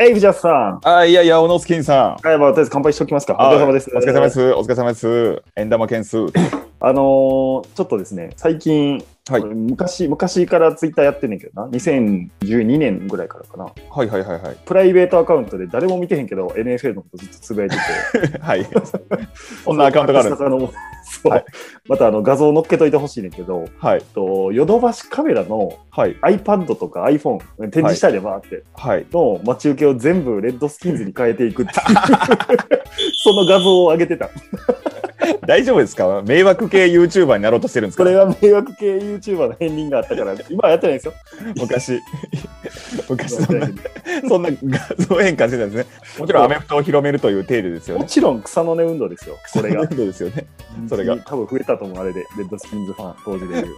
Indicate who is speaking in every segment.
Speaker 1: エイブジャスさん、
Speaker 2: あ、いやいや、小野スキンさん。
Speaker 1: あやば、とりあえず乾杯しておきますか。お
Speaker 2: あ
Speaker 1: 疲れ様です。
Speaker 2: お疲れ様で。す。お疲れ様です。円玉件数。
Speaker 1: あのーちょっとですね、最近、
Speaker 2: はい
Speaker 1: これ昔、昔からツイッターやってんねんけどな、2012年ぐらいからかな、
Speaker 2: はいはいはいはい。
Speaker 1: プライベートアカウントで誰も見てへんけど、NFL のことずっとつぶやいてて、
Speaker 2: はい。 そんなアカウントがあるんです。
Speaker 1: あのそう
Speaker 2: はい
Speaker 1: またあの画像載っけといてほしいねんけど、
Speaker 2: はい。
Speaker 1: とヨドバシカメラの
Speaker 2: はい。
Speaker 1: iPad とか iPhone、展示したりでバーって、
Speaker 2: はい。
Speaker 1: の待ち受けを全部レッドスキンズに変えていく っていう、 その画像を上げてた。
Speaker 2: 大丈夫ですか迷惑系 YouTuber になろうとしてるんです
Speaker 1: こ
Speaker 2: か
Speaker 1: れは迷惑系 YouTuber の片鱗があった から、今はやってないですよ。
Speaker 2: 昔。 昔
Speaker 1: 今
Speaker 2: そん
Speaker 1: はやってな
Speaker 2: な
Speaker 1: いけ
Speaker 2: そんな画像変化してたんですね。もちろんアメフトを広めるという定理です
Speaker 1: ど
Speaker 2: よ
Speaker 1: も
Speaker 2: ね。
Speaker 1: ちろん草の根運動ですよ、これが
Speaker 2: そう。ですよね。それが
Speaker 1: 多分増えたと思う、あれで、レッドスキンズファン、当時で言う。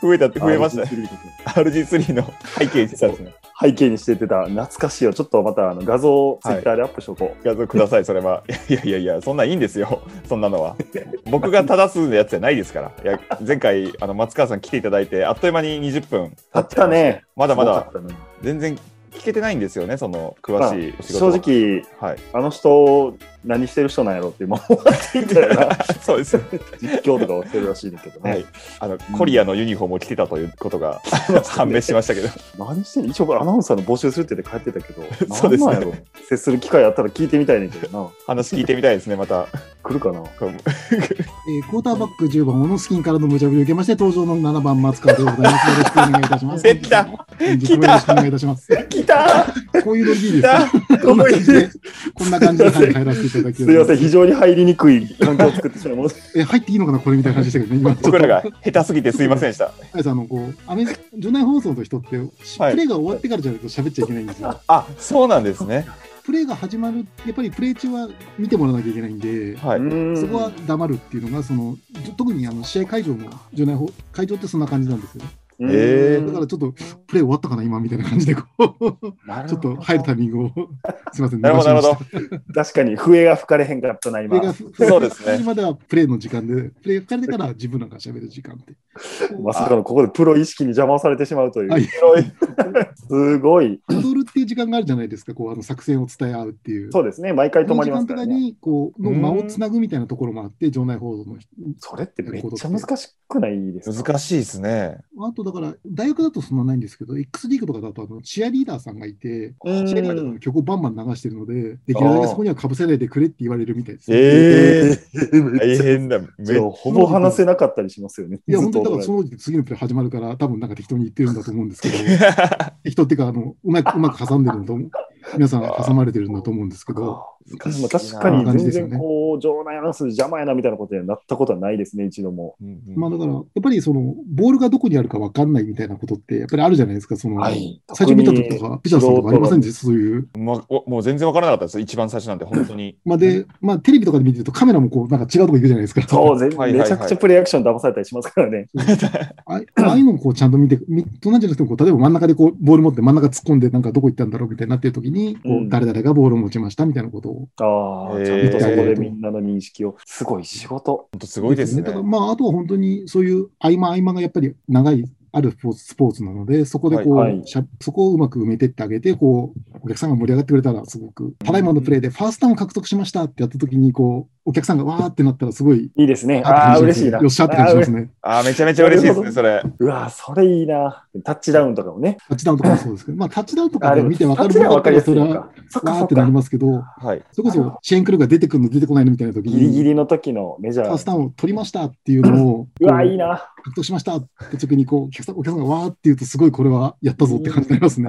Speaker 2: 増えた って増えましたね。
Speaker 1: た。
Speaker 2: RG3 の背景にしてたんですね。
Speaker 1: 背景にしててた、懐かしいよ。ちょっとまたあの画像をツイッターでアップしとこう。
Speaker 2: 画像ください、それは。いやいやいや、そんなんいいんですよ、 そんなのは。僕が正すやつじゃないですから。いや前回、あの松川さん来ていただいて、あっという間に20分
Speaker 1: たったね。
Speaker 2: まだまだ
Speaker 1: すごかったね
Speaker 2: 全然聞けてないんですよね、その
Speaker 1: ま
Speaker 2: 詳
Speaker 1: あ
Speaker 2: しい仕事
Speaker 1: 正直、
Speaker 2: は。はい、
Speaker 1: あの人、何してる人なんやろって、もう終わってみたよ な
Speaker 2: そうです、
Speaker 1: 実況とかをしてるらしいんだけどね。
Speaker 2: はい、あのコリアのユニフォームを着てたということが判明しましたけど、
Speaker 1: 何してる一応アナウンサーの募集するって言って帰ってたけど、
Speaker 2: そうですね
Speaker 1: なんなんやろ接する機会あったら聞いてみたいねんけどな。
Speaker 2: 話聞いてみたいですね、また。
Speaker 1: 来るかな
Speaker 2: こう
Speaker 3: えークォーターバック10番、小野スキンからの無茶ぶりを受けまして、登場の7番、松川でございます。よろしくお願いいたします。
Speaker 2: 出た
Speaker 3: 本日もよろしくお願いいたします。
Speaker 2: 来た
Speaker 3: こういうのい
Speaker 2: 来
Speaker 3: いですか
Speaker 2: た
Speaker 3: こんな感じで、こんな感じではい入らせていただき
Speaker 1: すいません、
Speaker 3: ん。
Speaker 1: 非常に入りにくい環境を作ってしまいました。
Speaker 3: え、入っていいのかなこれみたいな感じでしたけどね。今、ちょっ
Speaker 2: 僕
Speaker 3: と、
Speaker 2: らが下手すぎてすいませんでした。
Speaker 3: あやさんあの、こう、アメ場内放送の人って、し
Speaker 2: はい
Speaker 3: プレイが終わってからじゃないと喋っちゃいけないんですよ。
Speaker 2: あそうなんですね。
Speaker 3: プレイが始まる、やっぱりプレイ中は見てもらわなきゃいけないんで、
Speaker 2: はい、
Speaker 3: そこは黙るっていうのが、その、じょ特にあの試合会場の場内放、会場ってそんな感じなんですよね。
Speaker 1: うん、
Speaker 2: え
Speaker 3: だからちょっと、プレイ終わったかな、今みたいな感じで、こう、ちょっと入るタイミングを、すみません、
Speaker 2: なるほど、なる ほど。
Speaker 1: 確かに笛が吹かれへんかったな、
Speaker 3: プレ
Speaker 1: 今
Speaker 3: イ。が
Speaker 2: そうですね
Speaker 3: 始まりまではプレイの時間で、プレイがかかれてから自分なんか喋る時間って。
Speaker 1: まさかのここでプロ意識に邪魔をされてしまうとい
Speaker 3: は
Speaker 1: う。
Speaker 3: い
Speaker 2: 広い
Speaker 1: すごい。
Speaker 3: 踊るっていう時間があるじゃないですか、こうあの作戦を伝え合うっていう。
Speaker 1: そうですね、毎回止
Speaker 3: こ
Speaker 1: ま
Speaker 3: の
Speaker 1: り
Speaker 3: 時
Speaker 1: ます
Speaker 3: 間
Speaker 1: か
Speaker 3: と
Speaker 1: ら
Speaker 3: か
Speaker 1: ね。
Speaker 3: にこうの間をつなぐみたいなところもあって、場内報道の人。
Speaker 1: それってめっちゃ難しくないですか
Speaker 2: 難しいですね。
Speaker 3: あとだから、大学だとそんなないんですけど、X リーグとかだとあのチアリーダーさんがいて、
Speaker 1: うん
Speaker 3: チアリーダーの曲をバンバン流してるので、できるだけそこにはかぶせないでくれって言われるみたいですね、
Speaker 2: ええ
Speaker 1: めっ
Speaker 2: 大
Speaker 1: ちゃ
Speaker 2: 変だ。め
Speaker 1: じゃ あほぼ話せなかったりしますよね。
Speaker 3: いや、
Speaker 1: ずっと
Speaker 3: 本当にだからそ
Speaker 1: 踊
Speaker 3: の時次のプレイ始まるから、多分なんか適当に言ってるんだと思うんですけど、
Speaker 2: 難
Speaker 3: 適当っていうか、あのうまくうまく挟んでるんだと思う、皆さん挟まれてるんだと思うんですけど、
Speaker 1: ら
Speaker 2: しい
Speaker 1: ま
Speaker 2: な
Speaker 1: あ確かに全然こう、場内アナウンス邪魔やなみたいなことにはなったことはないですね、一度も。
Speaker 2: うんうん
Speaker 3: まあだから、やっぱりその、ボールがどこにあるか分かんないみたいなことって、やっぱりあるじゃないですか、その、
Speaker 1: はい
Speaker 3: 最初見た時とか、ピチャーさんとかありませんでした、そういう。
Speaker 2: まあ、おもう全然わからなかったです。一番最初なんて、本当に。
Speaker 3: まあ、で、まあ、テレビとかで見てると、カメラもこう、なんか違うとこ行くじゃないですか。
Speaker 1: そう、全
Speaker 2: はいはいはい
Speaker 1: めちゃくちゃプレイアクション騙されたりしますからね。
Speaker 3: あああいうのもこう、ちゃんと見て、み隣じゃなくてもこう、例えば真ん中でこう、ボール持って真ん中突っ込んで、なんかどこ行ったんだろうみたいになってる時に、こ
Speaker 1: う
Speaker 3: うん誰々がボールを持ちましたみたいなことを。
Speaker 1: ああ、
Speaker 2: へー
Speaker 1: ちゃんとそこでみんなの認識を。すごい仕事。
Speaker 2: 本当すごいですね
Speaker 3: だ。から、まあ、あとは本当に、そういう合間合間がやっぱり長い、あるスポーツスポーツなので、そこでこう、
Speaker 1: はいはい
Speaker 3: しゃそこをうまく埋めてってあげて、こう、お客さんが盛り上がってくれたら、すごく、ただいまのプレーでファーストタウン獲得しましたってやった時に、こう、お客さんがわーってなったら、すごい、
Speaker 1: いいですね。ああ、
Speaker 3: って感
Speaker 1: 嬉
Speaker 3: じ
Speaker 1: しい
Speaker 3: で
Speaker 1: な。
Speaker 3: すよっしゃって感
Speaker 1: あ
Speaker 3: じ
Speaker 1: ー
Speaker 3: し
Speaker 1: う
Speaker 3: ま
Speaker 1: れ
Speaker 3: すね。
Speaker 2: あーめちゃめちゃ嬉しいですね、それ。
Speaker 1: うわー、それいいな。タッチダウンとかもね。
Speaker 3: タッチダウンとかもそうですけど、まあ、タッチダウンと
Speaker 1: あ
Speaker 3: か
Speaker 1: で
Speaker 3: で
Speaker 1: も
Speaker 3: 見て分
Speaker 1: タ
Speaker 3: か
Speaker 1: ッ
Speaker 3: る
Speaker 1: チダウン分かりやすい
Speaker 3: も
Speaker 1: の
Speaker 3: のだっ
Speaker 1: か。そった
Speaker 3: ら、
Speaker 1: か
Speaker 3: わ
Speaker 1: そ
Speaker 3: ー
Speaker 1: っ
Speaker 3: ってなり
Speaker 1: か。
Speaker 3: ますけど、
Speaker 2: はい。
Speaker 3: それこそ、シェーンクルーが出てくるの、出てこないのみたいな
Speaker 1: ギ
Speaker 3: 時
Speaker 1: リギ
Speaker 3: に、
Speaker 1: リの時のメジャ
Speaker 3: ファース
Speaker 1: ー。
Speaker 3: トタウンを取りましたっていうのを、
Speaker 1: うわー、いい
Speaker 3: こう
Speaker 1: な。
Speaker 3: 獲得しましたって時にこうお客さん、お客さんがわーって言うと、すごいこれはやったぞって感じになりますね。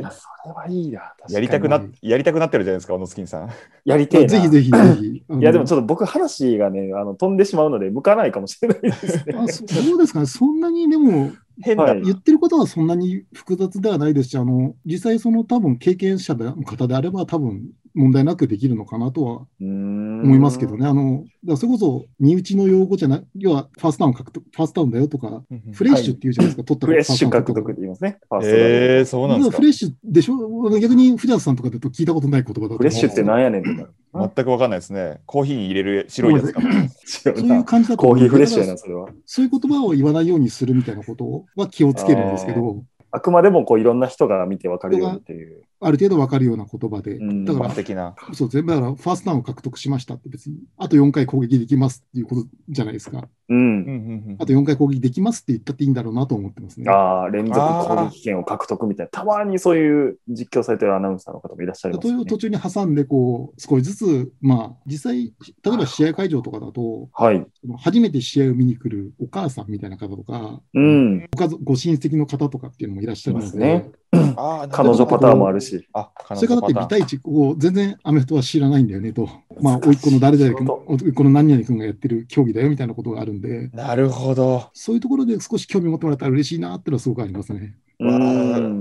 Speaker 1: い
Speaker 2: ー
Speaker 1: やそれはいいな。
Speaker 2: やりたくな
Speaker 3: 確か、
Speaker 2: やりたくなってるじゃないですか、小野スキンさん。
Speaker 1: やりて
Speaker 3: ま
Speaker 1: え
Speaker 3: あ
Speaker 1: な。
Speaker 3: ぜひぜひぜひ。
Speaker 1: いや、でもち
Speaker 3: ょっ
Speaker 1: ょっと僕、話がね、あの飛んでしまうので、向かないかもしれないです ね。
Speaker 3: と。そうですかね、そんなにでも、
Speaker 2: 変な。
Speaker 1: は
Speaker 2: はい
Speaker 1: い
Speaker 3: 言ってることはそんなに複雑ではないですし、あの実際、その多分経験者の方であれば、多分問題なくできるのかなとは
Speaker 1: 思
Speaker 3: 思いますけど。ね、あのだからそれこそ身内の用語じゃない、要はファーストタウン獲得、ファーストタウンだよとか、フレッシュっていうじゃないですか、取った
Speaker 1: フレッシュ獲
Speaker 3: ファーストタウン
Speaker 1: 得って言いますね。ファーストダウン
Speaker 2: えー、そうなんですか
Speaker 3: フレ。ッシュでしょ逆に藤田さんとかだと聞いたことない言葉だと思う
Speaker 1: フレッシュってなんやねんってな る。
Speaker 2: 全くわかんないですね。コーヒーに入れる白いやつかも。
Speaker 1: 違
Speaker 3: そうういう
Speaker 1: な。
Speaker 3: 感じだと
Speaker 1: コ
Speaker 3: 思
Speaker 1: ー
Speaker 3: う
Speaker 1: ヒーフレッシュや
Speaker 3: だ
Speaker 1: な、
Speaker 3: か
Speaker 1: それは。
Speaker 3: らそういう言葉を言わないようにするみたいなことは気をつけるんですけど、
Speaker 2: あ
Speaker 3: こ
Speaker 1: あくまでもこういろんな人が見てわかるようにっていう。
Speaker 3: ある程度わかるような言葉で
Speaker 1: う、ん
Speaker 3: だから
Speaker 2: 般的な。
Speaker 3: そう全部だから、ファーストダウンを獲得しましたって別に、あと4回攻撃できますっていうことじゃないですか。
Speaker 1: う
Speaker 2: うん
Speaker 1: ん。
Speaker 2: うん
Speaker 3: あと4回攻撃できますって言ったっていいんだろうなと思ってますね。
Speaker 1: ああ、連続攻撃権を獲得みたいな、たまにそういう実況されてるアナウンサーの方もいらっしゃいます
Speaker 3: と
Speaker 1: よ
Speaker 3: い
Speaker 1: ね
Speaker 3: う。途中に挟んで、こう、少しずつ、まあ、実際、例えば試合会場とかだと、
Speaker 1: はい。
Speaker 3: 初めて試合を見に来るお母さんみたいな方とか、
Speaker 1: うん。
Speaker 3: ご家族ご親戚の方とかっていうのもいらっしゃるの
Speaker 1: います
Speaker 3: で、
Speaker 1: ね
Speaker 2: うんあー
Speaker 1: 彼女パターンもあるし。
Speaker 2: あ、彼
Speaker 3: それから
Speaker 2: 女
Speaker 3: だっ
Speaker 2: パ
Speaker 3: て
Speaker 2: ター
Speaker 3: 2
Speaker 2: ン。
Speaker 3: 対1、こう全然アメフトは知らないんだよねと、まあ、
Speaker 1: 難しい
Speaker 3: 甥っ子の誰々君、
Speaker 1: 仕
Speaker 3: 甥っ子の何々君がやってる競技だよみたいなことがあるんで、
Speaker 2: なるほど。
Speaker 3: そういうところで少し興味持ってもらったら嬉しいなっていうのはすごくありますね。
Speaker 1: う
Speaker 2: わ
Speaker 1: ん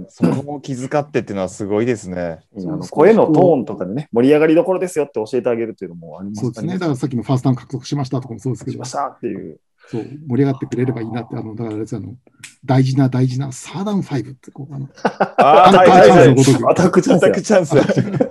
Speaker 2: ー。そこも気遣ってっていうのはすごいですね。
Speaker 1: いいな
Speaker 3: そう
Speaker 1: あの
Speaker 3: そう
Speaker 1: 声のトーンとかでね、盛り上がりどころですよって教えてあげるっていうのもあります
Speaker 3: そうですね。だからさっきのファーストターン獲得しましたとかもそうですけ
Speaker 1: し
Speaker 3: ど
Speaker 1: ま、したっていう。
Speaker 3: そう盛り上がってくれればいいなって、あのだからあれですあの大事な大事なサーダウン5ってこうあの、
Speaker 2: あ
Speaker 3: アタ
Speaker 2: ー、
Speaker 3: ッ
Speaker 2: は
Speaker 3: ク
Speaker 2: い
Speaker 3: チ
Speaker 2: はいはい
Speaker 3: ャンスのごとく。
Speaker 1: アタックチャンス
Speaker 2: アタ
Speaker 1: や
Speaker 2: ックチャンス。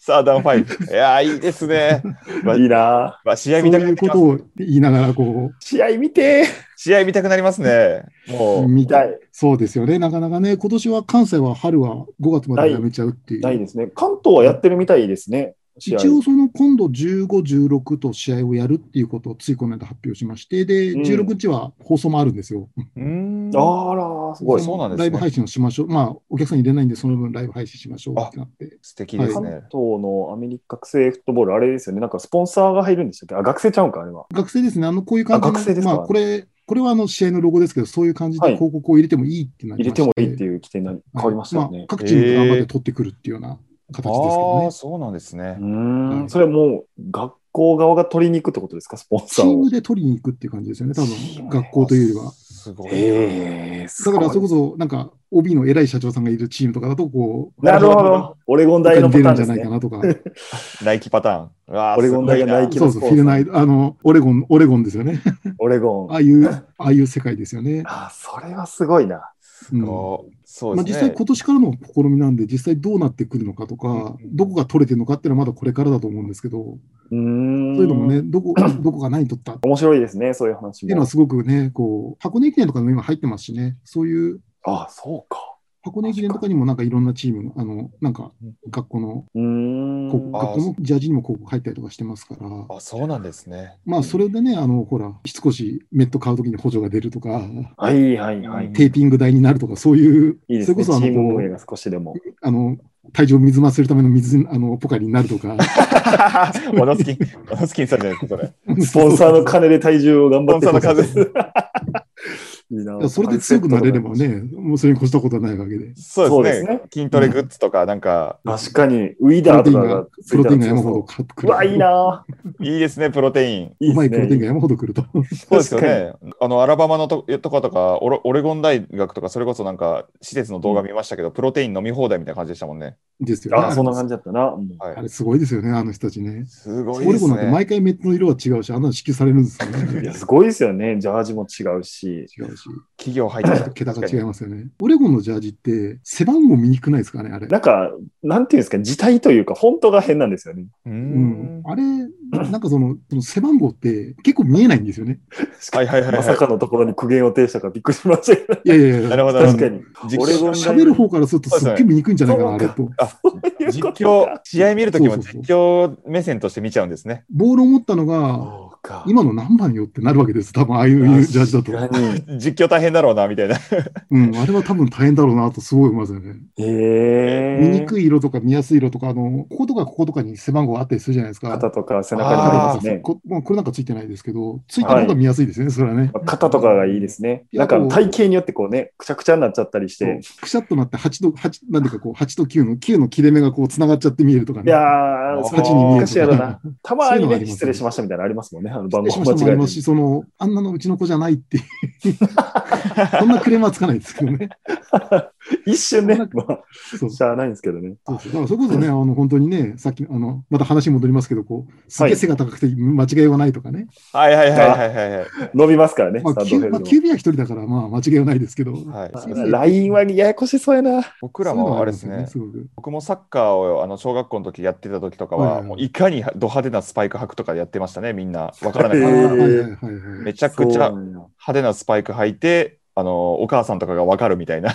Speaker 2: さあ、ダウンファイブ。いやー、いいですね。まあ
Speaker 1: いいなあ
Speaker 2: まあ、試
Speaker 3: そう
Speaker 2: 合見たくな
Speaker 3: いう
Speaker 2: り
Speaker 3: こ
Speaker 2: ま
Speaker 3: と
Speaker 2: す。
Speaker 3: を言いながらこ
Speaker 1: 試合見て
Speaker 2: 試合見たくなりますね。も
Speaker 3: う、
Speaker 2: う。
Speaker 3: 見
Speaker 1: 見たい。
Speaker 3: そうですよね、なかなかね、今年は関西は春は5月までやめちゃうってい
Speaker 1: ないで
Speaker 3: う。
Speaker 1: すね。関東はやってるみたいですね。試合
Speaker 3: 一応、その今度15、16と試合をやるっていうことをついこの間発表しまして、で、
Speaker 1: うん
Speaker 3: 16日は放送もあるんですよ。
Speaker 2: うーん
Speaker 1: あら、すごい。
Speaker 2: そうなんですね
Speaker 3: ライブ配信をしましょう。まあ、お客さん入れないんで、その分ライブ配信しましょうってなって。
Speaker 2: 素敵です
Speaker 1: 関
Speaker 2: ね。
Speaker 1: 東のアメリカ学生フットボール、あれですよね。なんかスポンサーが入るんでしたっけあ、学生ちゃうんか、あれは。
Speaker 3: 学生ですね、あの、こういう感じの、
Speaker 1: あ学生ですか
Speaker 3: まあ、これ、これはあの試合のロゴですけど、そういう感じ
Speaker 1: は
Speaker 3: で
Speaker 1: い
Speaker 3: 広告を入れてもいいってな
Speaker 1: 入
Speaker 3: り
Speaker 1: れ
Speaker 3: まして、
Speaker 1: てもいいっていう規定になり変わりましたよ
Speaker 3: あ
Speaker 1: ね。
Speaker 3: 各チームが頑張って取ってくるっていうような形ですけど
Speaker 2: あ
Speaker 3: ね
Speaker 2: あ、。そうなんですね
Speaker 1: う。ーん、それはもう学校側が取りに行くってことですか、スポン
Speaker 3: チ
Speaker 1: サー
Speaker 3: ー
Speaker 1: を
Speaker 3: ム。で取りに行くっていう感じですよね、多
Speaker 2: チー
Speaker 3: 分
Speaker 2: ム
Speaker 3: 学校というよりは。
Speaker 2: すごいな。
Speaker 1: ええす
Speaker 3: だ
Speaker 1: ごい
Speaker 3: から、それこそ、なんか、OB の偉い社長さんがいるチームとかだと、こう、
Speaker 1: なるほど。オレゴン
Speaker 3: 他
Speaker 1: 大の
Speaker 3: に
Speaker 1: パタ
Speaker 3: 出る
Speaker 1: ーンで
Speaker 3: んじゃ
Speaker 1: す
Speaker 3: ない
Speaker 1: ね
Speaker 3: か。なとか、そ
Speaker 2: ナイキパターン。うわー
Speaker 1: オレゴン大が
Speaker 2: すごいな
Speaker 1: ナイキ
Speaker 3: うそう、フィルナイド、あの、オレゴン、オレゴンですよね。
Speaker 1: オレゴン。
Speaker 3: ああいう、ああいう世界ですよね。
Speaker 1: あ、それはすごいな。
Speaker 3: うん
Speaker 2: こうそう
Speaker 3: まあ、
Speaker 2: で
Speaker 3: 実
Speaker 2: すね。
Speaker 3: 際、今年からの試みなんで、実際どうなってくるのかとか、
Speaker 2: うん
Speaker 3: どこが取れてるのかっていうのはまだこれからだと思うんですけど、
Speaker 1: うーん。
Speaker 3: そういうのもね、どこ どこが何取ったって
Speaker 1: 面白いですね、そういう話
Speaker 3: いうの
Speaker 1: も
Speaker 3: は。すごくね、こう、箱根駅伝とかにも今入ってますしね、そういう
Speaker 1: あ、そうか。
Speaker 3: 箱根駅伝とかにもなんかいろんなチーム、あの、なんか学校の、
Speaker 1: うーん。
Speaker 3: こう
Speaker 2: あ
Speaker 3: 学校のジャージにも広告入ったりとかしてますから、
Speaker 2: あ、そうなんですね。
Speaker 3: まあ、それでね、あの、ほら、少しメット買うときに補助が出るとか、
Speaker 1: はいはいはい。
Speaker 2: う
Speaker 1: い
Speaker 2: ん
Speaker 3: テーピング代になるとか、そういう、
Speaker 1: いですね。チ
Speaker 3: それこそあの
Speaker 1: ーム運営が少しでも。
Speaker 3: あの、体重を水増するための水、あの、ポカリになるとか、
Speaker 2: ワノスキン、ワノスキンさんじゃないですか、それ。
Speaker 1: スポンサーの金で体重を頑張って。
Speaker 2: スポンサーの金
Speaker 1: いい
Speaker 3: い
Speaker 1: な。
Speaker 3: やそれで強くなれれば。ね、もうそれに越したことはないわけで。
Speaker 2: そうですね。
Speaker 1: そうですね
Speaker 2: 筋トレグッズとか、なんか、
Speaker 1: 確かに、ウィ
Speaker 3: プロ
Speaker 1: ダー
Speaker 3: テイ
Speaker 1: と
Speaker 3: ン
Speaker 1: か
Speaker 3: が
Speaker 1: が、
Speaker 3: プ
Speaker 1: つい
Speaker 3: ロ
Speaker 1: た
Speaker 3: テイ
Speaker 1: ら
Speaker 3: ンが
Speaker 1: 強
Speaker 3: 山
Speaker 1: そ
Speaker 3: ほど
Speaker 1: う。
Speaker 3: 買ってく
Speaker 1: う
Speaker 3: る。
Speaker 1: わ、いいな。
Speaker 2: いいですね、プロテイ
Speaker 1: い
Speaker 2: ン。
Speaker 1: いですね
Speaker 3: うまいプロテインが山ほど来ると。
Speaker 2: そうですよ
Speaker 1: 確
Speaker 2: ね。あの、アラバマのととかとかオレ、オレゴン大学とか、それこそなんか、施設の動画見ましたけど、プロテイン飲み放題みたいな感じでしたもんね。
Speaker 3: ですよね。
Speaker 1: あ、そんな感じだったな。うん
Speaker 2: はい
Speaker 3: あれすごいですよね、あの人たちね。
Speaker 2: すごい
Speaker 3: オ
Speaker 2: で
Speaker 3: レゴ
Speaker 2: す
Speaker 3: ンなんて
Speaker 2: ね。
Speaker 3: 毎回メットの色は違うし、あんなの支給されるんですよ ね。
Speaker 1: いや、すごいですよね。ジャージも違うし。
Speaker 3: 違うし、
Speaker 2: 企業入ってきた
Speaker 3: 桁が違いますよね。オレゴンのジャージって、背番号見にくないですかね、あれ。
Speaker 1: なんか、なんていうんですか、字体というか、フォントが変なんですよね。
Speaker 2: う
Speaker 3: うんん、。あれ、なんかその、その背番号って結構見えないんですよね。
Speaker 2: はいはいはい、
Speaker 1: ま
Speaker 2: は
Speaker 1: さ
Speaker 2: い。
Speaker 1: かのところに苦言を呈したからびっくりしましたけど、
Speaker 3: いやいやいや、
Speaker 2: なるほど。
Speaker 1: 確かに。
Speaker 2: 実
Speaker 1: オレゴン大
Speaker 3: 喋る方からするとすっげえ見にくいんじゃないかな、
Speaker 1: そ
Speaker 3: あ
Speaker 1: うか
Speaker 3: れと。
Speaker 1: いう
Speaker 2: 実
Speaker 1: こと
Speaker 2: 況
Speaker 1: か、
Speaker 2: 試合見るときも
Speaker 3: そうそうそう
Speaker 2: 実況目線として見ちゃうんですね。
Speaker 3: ボールを持ったのが、
Speaker 1: そうか。
Speaker 3: 今の何番よってなるわけです、多分ああいうジャージだと。
Speaker 1: 確かに
Speaker 2: 実況大変だろうな、みたいな。
Speaker 3: うん、あれは多分大変だろうなとすごい思いますよね。
Speaker 1: へ
Speaker 3: 見
Speaker 1: え
Speaker 3: にくい色とか見やすい色とか、あの、こことかこことかに背番号あったりするじゃないですか。
Speaker 1: 肩とか背中にあります
Speaker 3: あー
Speaker 1: ね。
Speaker 3: こもうこれなんかついてないですけど、ついた方が見やすいですね、それはね。
Speaker 1: 肩とかがいいですね。
Speaker 3: いや
Speaker 1: なんか
Speaker 3: こう
Speaker 1: 体型によってこうね、くちゃくちゃになっちゃったりし
Speaker 3: そう
Speaker 1: て。
Speaker 3: くしゃっとなって8と、八なんていうかこう、8と9の、9の切れ目がこう、つながっちゃって見えるとか
Speaker 1: い
Speaker 3: ね。
Speaker 1: やー、
Speaker 2: ー
Speaker 1: そ
Speaker 3: 8に見
Speaker 1: れ
Speaker 3: える
Speaker 1: 難しいやろ
Speaker 3: と
Speaker 1: な
Speaker 3: か。。
Speaker 1: たまに
Speaker 3: そういうのあ
Speaker 1: ね、
Speaker 3: りますね
Speaker 1: 失礼しましたみたいなのありますもんね。あの番
Speaker 3: 番
Speaker 1: 号間
Speaker 3: 号も
Speaker 1: 違
Speaker 3: あ
Speaker 1: え
Speaker 3: りま
Speaker 1: て
Speaker 3: す。し、その、あんなのうちの子じゃないっていうそんなクレームはつかないですけどね。
Speaker 1: 一瞬ね、まあ、
Speaker 3: そう
Speaker 1: しゃあないんですけどね。
Speaker 3: そうそうだからそれこそね、あの本当にね、さっき、あのまた話戻りますけど、こうすげ
Speaker 1: は
Speaker 3: え
Speaker 1: い
Speaker 3: 背が高くて間違いはないとかね、
Speaker 2: はいはいはいはいはいはい。
Speaker 1: 伸びますからね、
Speaker 3: まあ
Speaker 1: スタンド
Speaker 3: キュ
Speaker 1: フェル
Speaker 3: ーまあ、
Speaker 1: ドも
Speaker 3: QB は一人だから、まあ、間違いはないですけど、
Speaker 2: はい
Speaker 1: あ
Speaker 2: すいません
Speaker 1: ラインはややこしそうやな。
Speaker 2: 僕らもあれですね、
Speaker 3: そういうのがありますよね
Speaker 2: 僕もサッカーをあの小学校の時やってた時とかは、
Speaker 3: はいはいはい
Speaker 2: もういかにド派手なスパイク履くとかやってましたね、みんな。わからない
Speaker 3: すご
Speaker 1: へ
Speaker 3: く。
Speaker 2: か
Speaker 3: あ
Speaker 2: ら、
Speaker 1: ー
Speaker 3: ーはいはいはいはい
Speaker 2: めちゃくちゃ
Speaker 1: そうなんや
Speaker 2: 派手なスパイク履いて、あのお母さんとかがわかるみたいな。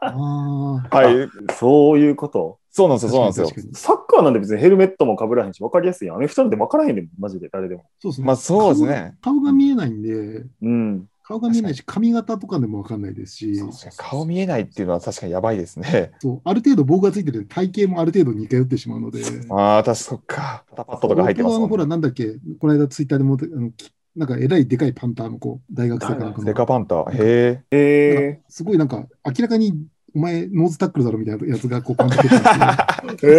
Speaker 3: ああ。
Speaker 2: はい。
Speaker 1: そういうこと。
Speaker 2: そうなんですよ、そうなんですよ
Speaker 3: 確。かに確かに
Speaker 1: サッカーなんて別にヘルメットも被らへんし、分かりやすいやん。アメフトなんて分からへんで、マジで、誰でも。
Speaker 3: そうですね。
Speaker 2: まあそうですね。
Speaker 3: 顔。顔が見えないんで、
Speaker 1: うん。
Speaker 3: 顔が見えないし、髪型とかでもわかんないですし、
Speaker 2: 確かに顔見えないっていうのは確かにやばいですね。
Speaker 3: そうある程度棒がついてるんで体型もある程度似通ってしまうので。
Speaker 2: ああ、確かにそっか。パタパッドとか入ってます
Speaker 3: 僕はあ
Speaker 2: も
Speaker 3: の
Speaker 2: ん
Speaker 3: ほ
Speaker 2: ね
Speaker 3: ら、なんだっけ、この間ツイッターでも、あのきなんかえらいでかいパンターの子、大学生かなんか
Speaker 2: デ
Speaker 3: の。
Speaker 2: カパンタ。へ
Speaker 1: へえ
Speaker 3: すごいなんか、明らかにお前、ノーズタックルだろみたいなやつがこうパンタ蹴ってたん ですけど
Speaker 1: ー。へ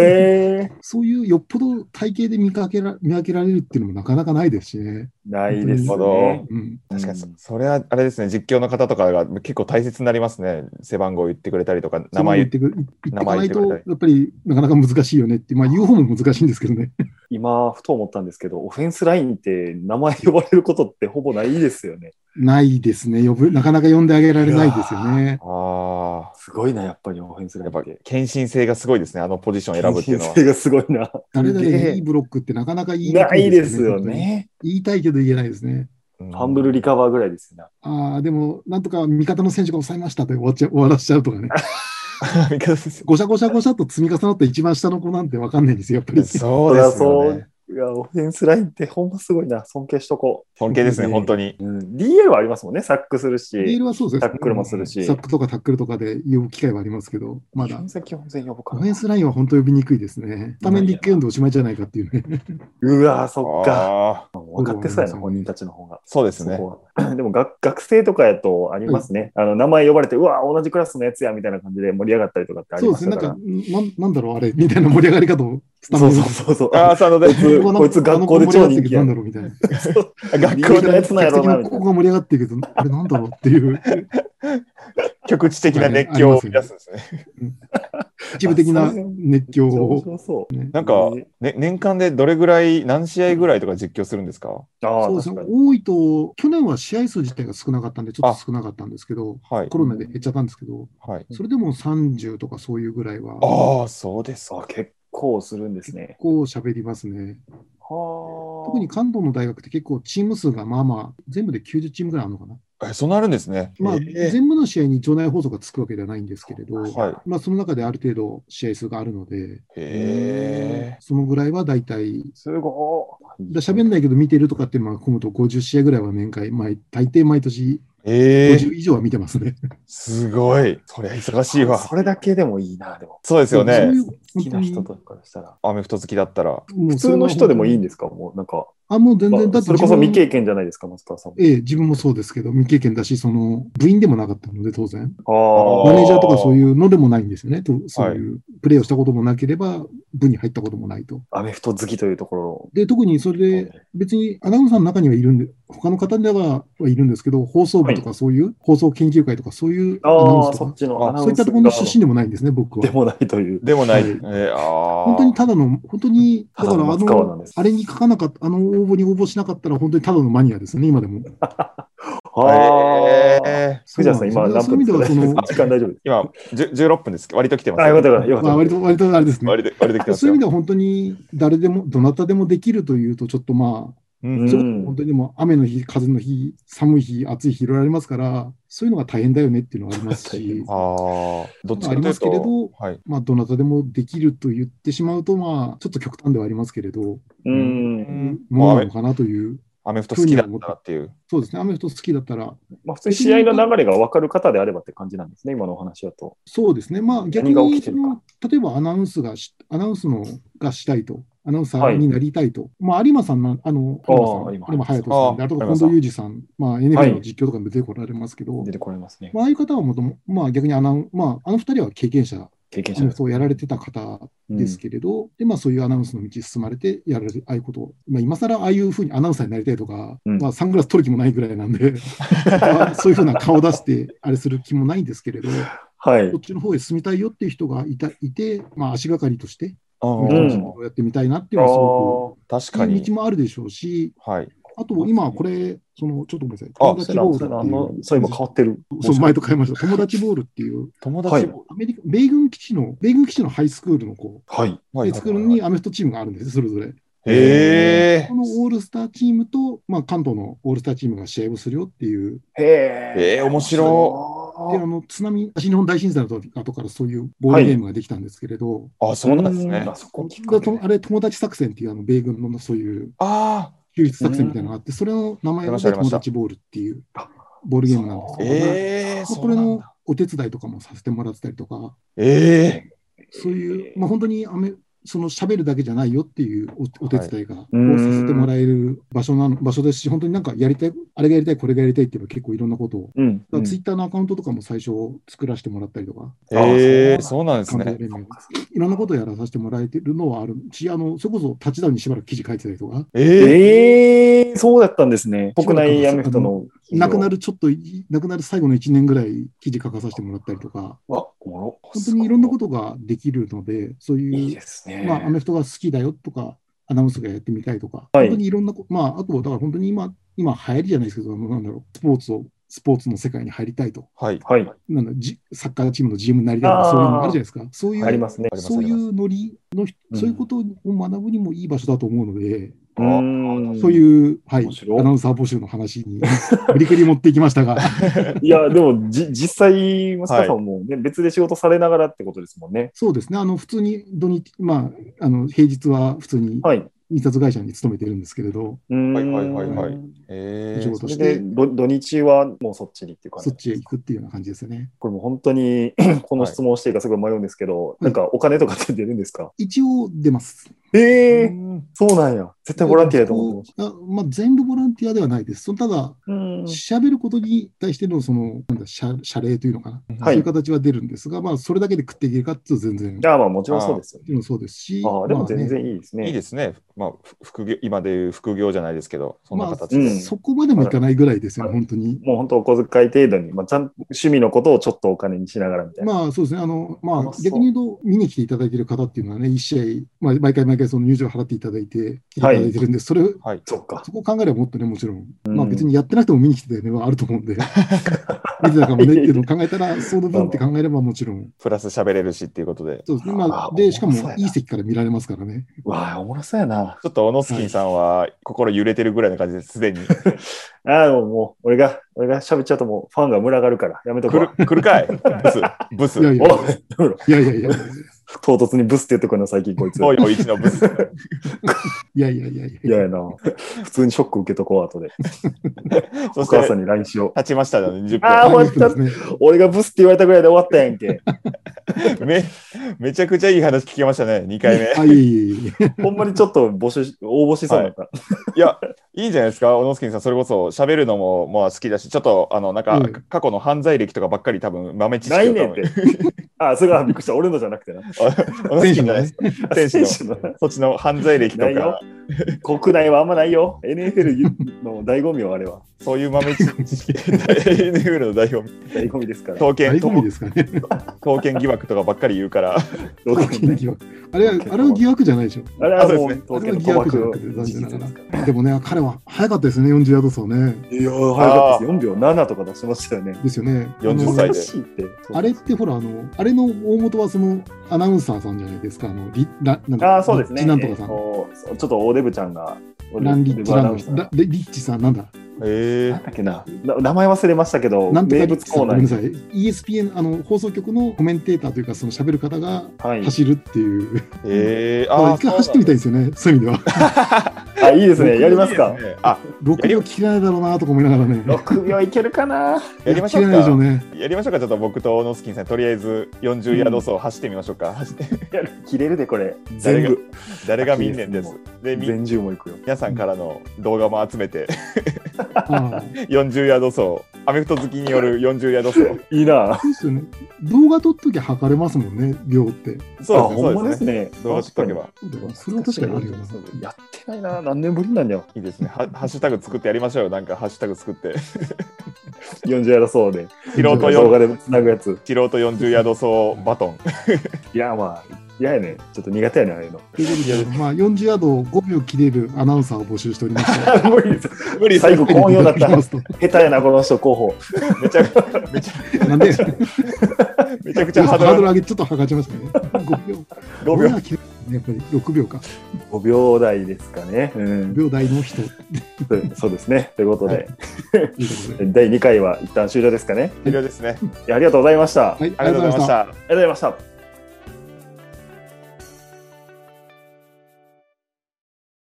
Speaker 1: えー。
Speaker 3: そういうよっぽど体型で見かけら見分けられるっていうのもなかなかないですしね。
Speaker 1: ないです
Speaker 2: なるほ
Speaker 1: ね。
Speaker 3: うん、
Speaker 2: え。確かにそ
Speaker 1: うん、
Speaker 2: それはあれですね、実況の方とかが結構大切になりますね。背番号言ってくれたりとか、名前言って。
Speaker 3: そういうの言ってく言ってかな
Speaker 2: 名前言っ
Speaker 3: い
Speaker 2: てく
Speaker 3: と、
Speaker 2: れ
Speaker 3: や
Speaker 2: た
Speaker 3: っぱりなかなか難しいよねって、まあ、言う方も難しいんですけどね。
Speaker 1: 今、ふと思ったんですけど、オフェンスラインって名前呼ばれることってほぼないですよね。
Speaker 3: ないですね。呼ぶなかなか呼んであげられないですよね。
Speaker 2: ああ。
Speaker 1: すごいな、やっぱりオフェンスライ
Speaker 2: や
Speaker 1: ン
Speaker 2: っぱ
Speaker 1: って。
Speaker 2: 献身性がすごいですね、あのポジションを選ぶっていうのは
Speaker 1: 人。生がすごいな。
Speaker 3: 誰々
Speaker 2: すげえ
Speaker 3: にいいブロックってなかなか言いに
Speaker 1: な
Speaker 3: く
Speaker 1: いですよ。
Speaker 3: 本当に
Speaker 1: ね。
Speaker 3: 言いたいけど言えないですね。
Speaker 2: うん
Speaker 1: ハンブル リカバーぐらいですよね。
Speaker 3: ああ、でも、なんとか味方の選手が抑えましたと終わっちゃ終 わらしちゃうとかね。
Speaker 2: 味方ですよ
Speaker 3: ごしゃごしゃごしゃと積み重なった一番下の子なんてわかんないですよ、やっぱり。
Speaker 2: そうですよね。
Speaker 1: いや、オフェンスラインってほんますごいな。尊敬しとこ
Speaker 2: 尊敬ですね、本当に。
Speaker 1: う。うん、DL はありますもんね。サックする
Speaker 3: レー
Speaker 1: し、
Speaker 3: ルはそうです
Speaker 1: タ
Speaker 3: よ
Speaker 1: ックルもするし。
Speaker 3: サックとかタックルとかで呼ぶ機会はありますけど、ま
Speaker 1: 基
Speaker 3: だ
Speaker 1: 本。戦、基本戦呼ぶか
Speaker 3: オ
Speaker 1: ら
Speaker 3: フェンスラインは本当呼びにくいですね。スタメンで1回読んでおしまいじゃないかっていうね。
Speaker 1: うわー、そっか。
Speaker 2: あー
Speaker 1: 分かってそうやな、
Speaker 3: うん
Speaker 1: 本人たちの方が。
Speaker 2: そうですね
Speaker 1: そ。こは でも学学生とかやとありますね、あの名前呼ばれて、うわ、同じクラスのやつやみたいな感じで盛り上がったりとかってあり
Speaker 3: そう
Speaker 1: ま
Speaker 3: ですす
Speaker 1: よ
Speaker 3: ね。な
Speaker 1: だ
Speaker 3: ん
Speaker 1: から
Speaker 3: か、んなんなんだろう、あれ、みたいな盛り上がり方をスタ
Speaker 1: そ
Speaker 3: メ
Speaker 1: う
Speaker 3: ン
Speaker 1: そうそうそう。
Speaker 2: ああ、サンドで
Speaker 1: こいつ、こいつ学校で超人気や
Speaker 3: なん
Speaker 1: ん。
Speaker 3: だろうみたいな。
Speaker 2: 学校
Speaker 1: のやつなんやろうなみたいな
Speaker 3: 客席のここが盛り上がってるけど、あれなんだろうっていう、
Speaker 2: 局地的な熱狂を生み出すんですね。
Speaker 3: 一部的な熱狂を。
Speaker 1: そうそう
Speaker 3: ね
Speaker 2: なんか、ね、年間でどれぐらい、何試合ぐらいとか実況するんですか
Speaker 1: ああ、
Speaker 3: そうです
Speaker 1: 確
Speaker 3: ね
Speaker 1: か、に。
Speaker 3: 多いと、去年は試合数自体が少なかったんで、ちょっと少なかったんですけど、
Speaker 2: はい
Speaker 3: コ。ロナで減っちゃったんですけど、
Speaker 2: はい、
Speaker 3: それでも30とかそういうぐらいは、
Speaker 2: ああ、そうです
Speaker 1: あ
Speaker 2: か。
Speaker 1: 結構するんです
Speaker 3: 結
Speaker 1: ね。
Speaker 3: 構喋りますね。
Speaker 1: はあ。
Speaker 3: 特に関東の大学って結構チーム数がまあまあ、全部で90チームぐらいあるのかな。
Speaker 2: え、そうなるんですね。
Speaker 3: まあ、
Speaker 2: えー
Speaker 3: 全部の試合に場内放送がつくわけではないんですけれど、
Speaker 2: はい。
Speaker 3: まあ、その中である程度試合数があるので、
Speaker 2: へえ。
Speaker 3: そのぐらいは大体、
Speaker 1: すごい。
Speaker 3: だ喋んないけど見てるとかっていうのは組むと50試合ぐらいは年会、毎大抵毎年
Speaker 2: ええ
Speaker 3: 50以上は見てますね。
Speaker 2: すごい。そりゃ忙しいわ。
Speaker 1: それだけでもいいな、でも。
Speaker 2: そうですよ
Speaker 3: そう
Speaker 2: ね
Speaker 3: い。う
Speaker 1: 好きな人とかしたら。
Speaker 2: アメフト好きだったら。
Speaker 3: 普
Speaker 1: 普通の人でもいいんですかもうなんか、
Speaker 3: あ、もう全然、だ
Speaker 1: ま
Speaker 3: っ
Speaker 1: あ
Speaker 3: て
Speaker 1: それこそ未
Speaker 3: 自
Speaker 1: 経
Speaker 3: 分
Speaker 1: 験じゃないですか、松川さんも。
Speaker 3: ええ、自分もそうですけど、未経験だし、その、部員でもなかったので、当然。
Speaker 1: あ
Speaker 2: ー
Speaker 3: マネージャーとかそういうのでもないんですよね。とそういう、プレーをしたこともなければ、部に入ったこともないと。
Speaker 1: あ、アメフト好きというところ
Speaker 3: で、特にそれで、別にアナウンサーの中にはいるんで、他の方でははいるんですけど、放送部とかそういう、放送研究会とかそういうアナ
Speaker 1: の。
Speaker 3: ウ
Speaker 1: あ
Speaker 3: ン
Speaker 1: あ、
Speaker 3: スと
Speaker 1: そっ
Speaker 3: か、
Speaker 1: ちのアナウン
Speaker 3: そういったところの出身でもないんですね、僕
Speaker 1: で
Speaker 3: は。
Speaker 1: もないという。
Speaker 2: でもない。
Speaker 3: はい
Speaker 2: えー、あ
Speaker 3: 本当にただの、本当に、だ
Speaker 1: た
Speaker 3: からあ
Speaker 1: だの松川なん
Speaker 3: の
Speaker 1: です、
Speaker 3: あれに書かなかった、あの応募に応募しなかったら、本当にただのマニアですね、今でも。
Speaker 1: ああ。
Speaker 2: えー、
Speaker 1: 藤田さん、
Speaker 3: そ
Speaker 1: 今
Speaker 3: うなんで
Speaker 1: 何
Speaker 3: すよ
Speaker 1: 分ですか 大丈夫です
Speaker 3: そういう意味ではその
Speaker 1: か時間大丈夫です。
Speaker 2: 今、じゅ16分です。割と来てます。
Speaker 1: あ、よかったよかったよかった。
Speaker 3: まあ、割と、割とあれですね。
Speaker 2: 割と割と来てます
Speaker 3: そういう
Speaker 2: よ
Speaker 3: 意味。では本当に誰でも、どなたでもできるというと、ちょっとまあ、
Speaker 2: うん
Speaker 3: それこそ本当にもう雨の日、風の日、寒い日、暑い日、いろいろありますから、そういうのが大変だよねっていうのはあります
Speaker 1: 大変で、
Speaker 3: し
Speaker 2: ああ、どっちかというと。
Speaker 3: ありますけれど
Speaker 2: はい。
Speaker 3: まあ、どなたでもできると言ってしまうと、まあ、ちょっと極端ではありますけれど、
Speaker 1: うん。
Speaker 3: ものなのかなという、
Speaker 2: アメフト好きだったらっていう。
Speaker 3: そうですね、雨と好きだったら、
Speaker 1: まあ、普通に試合の流れが分かる方であればって感じなんですね、今のお話だと。
Speaker 3: そうですね、まあ、逆
Speaker 1: 何が起
Speaker 3: に
Speaker 1: きて
Speaker 3: そ
Speaker 1: るか
Speaker 3: の、例えばアナウンスがし、アナウンスのがしたいと。アナウンサーになりたいと。まあ、有馬さんな、あの、
Speaker 1: あー
Speaker 3: 有馬さん、
Speaker 1: 有
Speaker 3: 有
Speaker 1: 馬
Speaker 3: 馬隼人さんで、
Speaker 2: あー
Speaker 3: あと
Speaker 2: 有
Speaker 3: か
Speaker 2: 馬
Speaker 3: 近
Speaker 2: さん
Speaker 3: 藤裕二さん、まあ、NFL の実況とかにも出てこられますけど、
Speaker 1: 出てこられますね。
Speaker 3: まあ、ああいう方はもとも、まあ、逆にアナウン、まあ、あの二人は経験者、
Speaker 1: 経験
Speaker 3: ア
Speaker 1: 者
Speaker 3: ナウンスをやられてた方ですけれど、で、まあ、そういうアナウンスの道進まれて、やられて、ああいうことを、まあ、今更ああいうふうにアナウンサーになりたいとか、
Speaker 1: うん
Speaker 3: まあ、サングラス取る気もないぐらいなんで、 まあそういうふうな顔出して、あれする気もないんですけれど、こ
Speaker 1: はい
Speaker 3: っ。ちの方へ進みたいよっていう人がいたいて、まあ、足がかりとして、
Speaker 2: あ
Speaker 3: こう
Speaker 1: う
Speaker 3: い
Speaker 1: ん
Speaker 3: う
Speaker 2: ー
Speaker 3: ことをやってみたいなっていう
Speaker 1: あ
Speaker 3: のは、すご
Speaker 1: ー
Speaker 2: 確
Speaker 3: く、
Speaker 2: か
Speaker 3: いい
Speaker 2: に。
Speaker 3: 道もあるでしょうし、
Speaker 2: はい。
Speaker 3: あと、今、これ、その、ちょっとごめんなさい、
Speaker 2: あ
Speaker 1: それはそれはあのそう、今変わってる。
Speaker 3: そう、前と変えました。友達ボールっていう、
Speaker 2: 友
Speaker 1: は
Speaker 2: 達
Speaker 1: い
Speaker 2: も。
Speaker 3: アメリカ、米軍基地の、米軍基地のハイスクールの子
Speaker 1: はい。
Speaker 2: は
Speaker 3: で
Speaker 2: い
Speaker 3: 作るのにアメフトチームがあるんですよそれぞれ。
Speaker 2: へえ
Speaker 3: こ。のオールスターチームと、まあ、関東のオールスターチームが試合をするよっていう、
Speaker 1: へえ。
Speaker 2: へー面白
Speaker 3: で、あの、津波、東日本大震災の後からそういうボードゲームができたんですけれど、
Speaker 2: あ、そうなんですね
Speaker 1: あ。そこきっ
Speaker 3: だ
Speaker 1: か
Speaker 3: と
Speaker 1: けで
Speaker 3: あれ、友達作戦っていう、あの、米軍のそういう
Speaker 2: あ
Speaker 3: 救出作戦みたいなのがあって、それの名前が
Speaker 2: ありました
Speaker 3: 友達ボールっていうボールゲームなんです
Speaker 2: あ、
Speaker 3: けど、まあ
Speaker 2: ええ、
Speaker 3: まあ
Speaker 2: そ
Speaker 3: こ
Speaker 2: う
Speaker 3: れ
Speaker 2: なん
Speaker 3: の
Speaker 2: だ。
Speaker 3: お手伝いとかもさせてもらってたりとか、
Speaker 2: ええ、
Speaker 3: そうい
Speaker 1: え
Speaker 3: う、まあ、本当にあめその喋るだけじゃないよっていうおお手伝いが、を
Speaker 1: うん
Speaker 3: させてもらえる場所なの場所ですし、本当になんかやりたい、あれがやりたい、これがやりたいっていうのは結構いろんなことを、
Speaker 1: うん。うん
Speaker 3: ツイッターのアカウントとかも最初作らせてもらったりとか、
Speaker 1: あー
Speaker 2: ええ、そうなんです
Speaker 3: 関東
Speaker 2: ね。
Speaker 3: 連盟いろんなことをやらさせてもらえてるのはあるし、あのそれこそタッチダウンにしばらく記事書いてたりとか、
Speaker 2: ええ、
Speaker 1: ええそうだったんですね。国内アメフトの。
Speaker 3: 亡くな
Speaker 1: る。
Speaker 3: るちょっとい、亡くなる最後の1年ぐらい記事書かさせてもらったりとか、
Speaker 1: わ、おもろ。
Speaker 3: 本当にいろんなことができるので、そういう。
Speaker 1: いいですね。
Speaker 3: まあ、アメフトが好きだよとか、アナウンスがやってみたいとか、
Speaker 1: はい
Speaker 3: 本当にいろんなこ、まあ、あと、だから本当に今、今流行りじゃないですけど、あのなんだろう、スポーツを、スポーツの世界に入りたいと、
Speaker 2: はい。
Speaker 1: はい。
Speaker 3: なんだじサッカーチームの GM になりたいとか、そういうのがあるじゃないですか。そういう、
Speaker 1: ありますね。
Speaker 2: あります
Speaker 3: そうい
Speaker 2: あり
Speaker 3: うノリの人、
Speaker 1: うん
Speaker 3: そういうことを学ぶにもいい場所だと思うので、
Speaker 2: あ
Speaker 3: そう
Speaker 1: う
Speaker 3: いう、はい
Speaker 1: 面、白い
Speaker 3: アナウンサー募集の話に、無理くり持っていきましたが、
Speaker 1: ん。いや、でも、じ、実際、マスカさんもね、別で仕事されながらってことですもんね。
Speaker 3: そうですね、あの、普通に土日、まあ、あの、平日は普通に
Speaker 1: はい。
Speaker 3: 印刷会社に勤めてるんですけれど、
Speaker 1: は
Speaker 2: はいはいはいはいえ
Speaker 3: お仕
Speaker 2: え、
Speaker 3: 事
Speaker 1: それ
Speaker 3: して
Speaker 1: で、、ど土日はもうそっちにっていう感じ
Speaker 3: そっちへ行くっていうような感じですよね。
Speaker 1: これもう本当に この質問をしていいかすごい迷うんですけど、
Speaker 3: い
Speaker 1: なんかお金とかって出るんですか、
Speaker 3: 一応出ます。
Speaker 1: ええ
Speaker 2: うん
Speaker 1: そうなんや。絶対ボランティアだと思って
Speaker 3: あまあ、全部ボランティアではないです。そのただ、
Speaker 1: ました。
Speaker 3: 喋ることに対してのそのなんだ謝謝礼というのかな、
Speaker 1: は
Speaker 3: そうい。
Speaker 1: いう
Speaker 3: 形は出るんですが、まあ、それだけで食っていけるかっていうと全然、
Speaker 1: じゃあまあもちろんそうですよね。
Speaker 3: もそうですし、
Speaker 1: ああ、でも全
Speaker 3: まあね
Speaker 1: 然いいですね。
Speaker 2: いいですね。まあ、ふ副業、今でいう副業じゃないですけど、そんな
Speaker 3: まあ
Speaker 2: 形で。
Speaker 3: そこまでもいかないぐらいですよね、
Speaker 1: はい
Speaker 3: 本当に。
Speaker 1: もう本当お小遣い程度に、まあ、ちゃん趣味のことをちょっとお金にしながらみたいな。
Speaker 3: まあそうですね、あのまあ、
Speaker 1: 楽しそう
Speaker 3: 逆に言うと、見に来ていただいている方っていうのはね、1試合、まあ、毎回毎回その入場払っていただいて、来ていただいてるんで、それ
Speaker 2: はい。
Speaker 1: そっか。
Speaker 3: そこを考えればもっとね、もちろん、
Speaker 1: うん
Speaker 3: まあ別にやってなくても見に来てたよねはあると思 うんで、見てたかもねっていうのを考えたら、その分って考えればもちろん、
Speaker 2: プラス喋れるしっていうことで。
Speaker 3: そうですね、
Speaker 1: あ
Speaker 3: まあ、
Speaker 1: 面
Speaker 3: で、しか
Speaker 1: 白いな
Speaker 3: もいい席から見られますからね。
Speaker 1: わあ、おもろそうやな。
Speaker 2: ちょっと、オノスキンさんは心揺れてるぐらいの感じです、すでに。
Speaker 1: ああ、もうもう、俺が、俺が喋っちゃうともうファンが群がるから、やめとく
Speaker 2: 来る
Speaker 1: わ。
Speaker 2: 来るかいブス。ブス。
Speaker 3: いやい
Speaker 1: お
Speaker 3: や
Speaker 1: いやめろ
Speaker 3: いやいやいや、い
Speaker 1: 唐突にブスって言ってくるの、最近こいつ。
Speaker 2: 東洋一のブス。
Speaker 3: やいやいやいや、
Speaker 1: 嫌やな。普通にショック受けとこう、後で。
Speaker 2: そ
Speaker 1: お
Speaker 2: して
Speaker 1: 母さんに LINE しよう。
Speaker 2: 立ちましたの20
Speaker 1: あー
Speaker 2: 分。
Speaker 1: 終わった
Speaker 3: ですね。
Speaker 1: 俺がブスって言われたぐらいで終わったやんけ。
Speaker 2: めめちゃくちゃいい話聞けましたね、2回目。
Speaker 3: あ、いえいえいえ。
Speaker 1: ほんまにちょっと募集し、応募しそうだった。
Speaker 2: いや、いいんじゃないですか、小野助さん、それこそ喋るのもまあ好きだし、ちょっとあのなんか、
Speaker 3: うん
Speaker 2: 過去の犯罪歴とかばっかり、多分豆知識
Speaker 1: ない
Speaker 2: を
Speaker 1: ねん
Speaker 2: 多
Speaker 1: って
Speaker 2: 分。。
Speaker 1: あ、それはびっくりした。俺のじゃなくてな。
Speaker 2: 小野助じ
Speaker 3: 選手
Speaker 2: ゃ
Speaker 3: の
Speaker 2: ないで
Speaker 3: ね
Speaker 2: す、か、選手の。
Speaker 1: 選手の
Speaker 2: そっちの犯罪歴と
Speaker 1: ないよ
Speaker 2: か、
Speaker 1: 国内はあんまないよ。NFL の醍醐味よ、あれは。
Speaker 2: そういう豆知識、NFL の代表、
Speaker 1: 醍醐味ですから。
Speaker 2: 刀
Speaker 3: 醍
Speaker 2: 剣
Speaker 3: 醐味ですかね。
Speaker 2: 刀剣疑惑とかばっかり言うから、
Speaker 1: どうでもいいね
Speaker 3: 疑惑あれは、あれは疑惑じゃないでしょ。
Speaker 1: あれはも
Speaker 2: そ
Speaker 1: う
Speaker 2: うで
Speaker 1: 東
Speaker 2: す
Speaker 1: 京の賭博
Speaker 3: あれは疑惑じゃ
Speaker 1: 事
Speaker 3: なくて残念な
Speaker 1: 実で
Speaker 3: がら
Speaker 1: すから。
Speaker 3: でもね、彼は早かったですね、40ヤード走ね。
Speaker 1: いやー、早かったです。4秒7とか出しましたよね。
Speaker 3: ですよね。あの
Speaker 2: 40歳で
Speaker 1: しいって。
Speaker 3: あれってほら、あの、あれの大元はそのアナウンサーさんじゃないですか、あの、リラなんだ
Speaker 1: あーそうですね。
Speaker 3: リッチなんとかさん、
Speaker 1: えっとちょっとオデブちゃんが、
Speaker 3: ランリッチラン
Speaker 1: オデブアナウ
Speaker 3: ド
Speaker 1: ンサ
Speaker 3: さん
Speaker 1: ー
Speaker 3: ラリッチさん、なんだ、
Speaker 2: え
Speaker 1: なんだっけな。な名前忘れましたけど、
Speaker 3: なんとか
Speaker 1: 名
Speaker 3: リッ
Speaker 1: 物
Speaker 3: チさ
Speaker 1: コー
Speaker 3: ん、ご
Speaker 1: ナ
Speaker 3: めんな
Speaker 1: ー
Speaker 3: さい、ESPN、あの、放送局のコメンテーターというか、その喋る方が
Speaker 1: はい。
Speaker 3: 走るっていう、
Speaker 2: ー、えー、
Speaker 3: ま
Speaker 2: あ
Speaker 3: あ
Speaker 2: ー
Speaker 3: 一回走ってみたいんですよね、そういう意味では。
Speaker 1: あ、いいですね。やりますか
Speaker 2: いい。ですねあ
Speaker 3: 6秒切らないだろうなとか思いながらね、
Speaker 1: 6秒いけるかな。
Speaker 2: やりまし
Speaker 3: 切
Speaker 2: ょう
Speaker 3: れないでしょう
Speaker 2: か。
Speaker 3: ね。
Speaker 2: やりましょうか、ちょっと僕と小野助さん、とりあえず40ヤード走走ってみましょうか。走っ て
Speaker 1: いや切れるで、これ。
Speaker 2: 誰
Speaker 1: 全
Speaker 2: が
Speaker 1: 部。
Speaker 2: 誰が見んねんです
Speaker 1: も。
Speaker 2: で、み
Speaker 1: 全10もいくよ。
Speaker 2: 皆さんからの動画も集めて、
Speaker 3: ああ
Speaker 2: 40ヤード走、アメフト好きによ る40ヤード走。
Speaker 1: いいな。
Speaker 3: そうですよね。動画撮っときゃ測れますもんね、秒って。
Speaker 2: そう
Speaker 1: あ
Speaker 2: ですね、
Speaker 1: ほん
Speaker 2: そう
Speaker 1: ま
Speaker 2: で
Speaker 1: ですす
Speaker 2: ね。
Speaker 1: ね。
Speaker 2: 動画撮っとけば
Speaker 3: それは確かにあるよな。
Speaker 1: やってないな。何年ぶりなんだよ。
Speaker 2: いいですね。はハッシュタグ作ってやりましょうよ。なんかハッシュタグ作って。
Speaker 1: 40やらそうで。
Speaker 2: 素人
Speaker 3: そう
Speaker 1: 動画でつなぐやつ。
Speaker 2: 素人40ヤード走バトン。
Speaker 1: いや、まあ、嫌やね。ちょっと苦手やね、ああいうの。
Speaker 3: ということで、まあ、40ヤードを5秒切れるアナウンサーを募集しておりまし て。
Speaker 1: 無理です。
Speaker 2: 無理です
Speaker 1: 最後、こういうようになった。
Speaker 3: ま
Speaker 1: 下
Speaker 3: すと
Speaker 1: 手やな、この人、候補。
Speaker 2: めちゃめちゃ
Speaker 3: なんで、
Speaker 2: めちゃくち
Speaker 3: ちょ
Speaker 2: ゃハー
Speaker 3: っとハード
Speaker 2: ド
Speaker 3: ル
Speaker 2: ル
Speaker 3: 上げ、ちょっとはがちましたね。5秒。
Speaker 2: 5秒。
Speaker 3: 5やっぱり6秒か、
Speaker 1: 5秒台ですかね。うん、
Speaker 3: 秒台の人と
Speaker 1: そうそうですね。ということで、
Speaker 3: いうことで。
Speaker 1: 第2回は一旦終了ですかね。
Speaker 2: 終了ですね。
Speaker 1: いやありがとうございました。あり
Speaker 3: はい、
Speaker 2: ありがとうございました。
Speaker 1: がとうございました。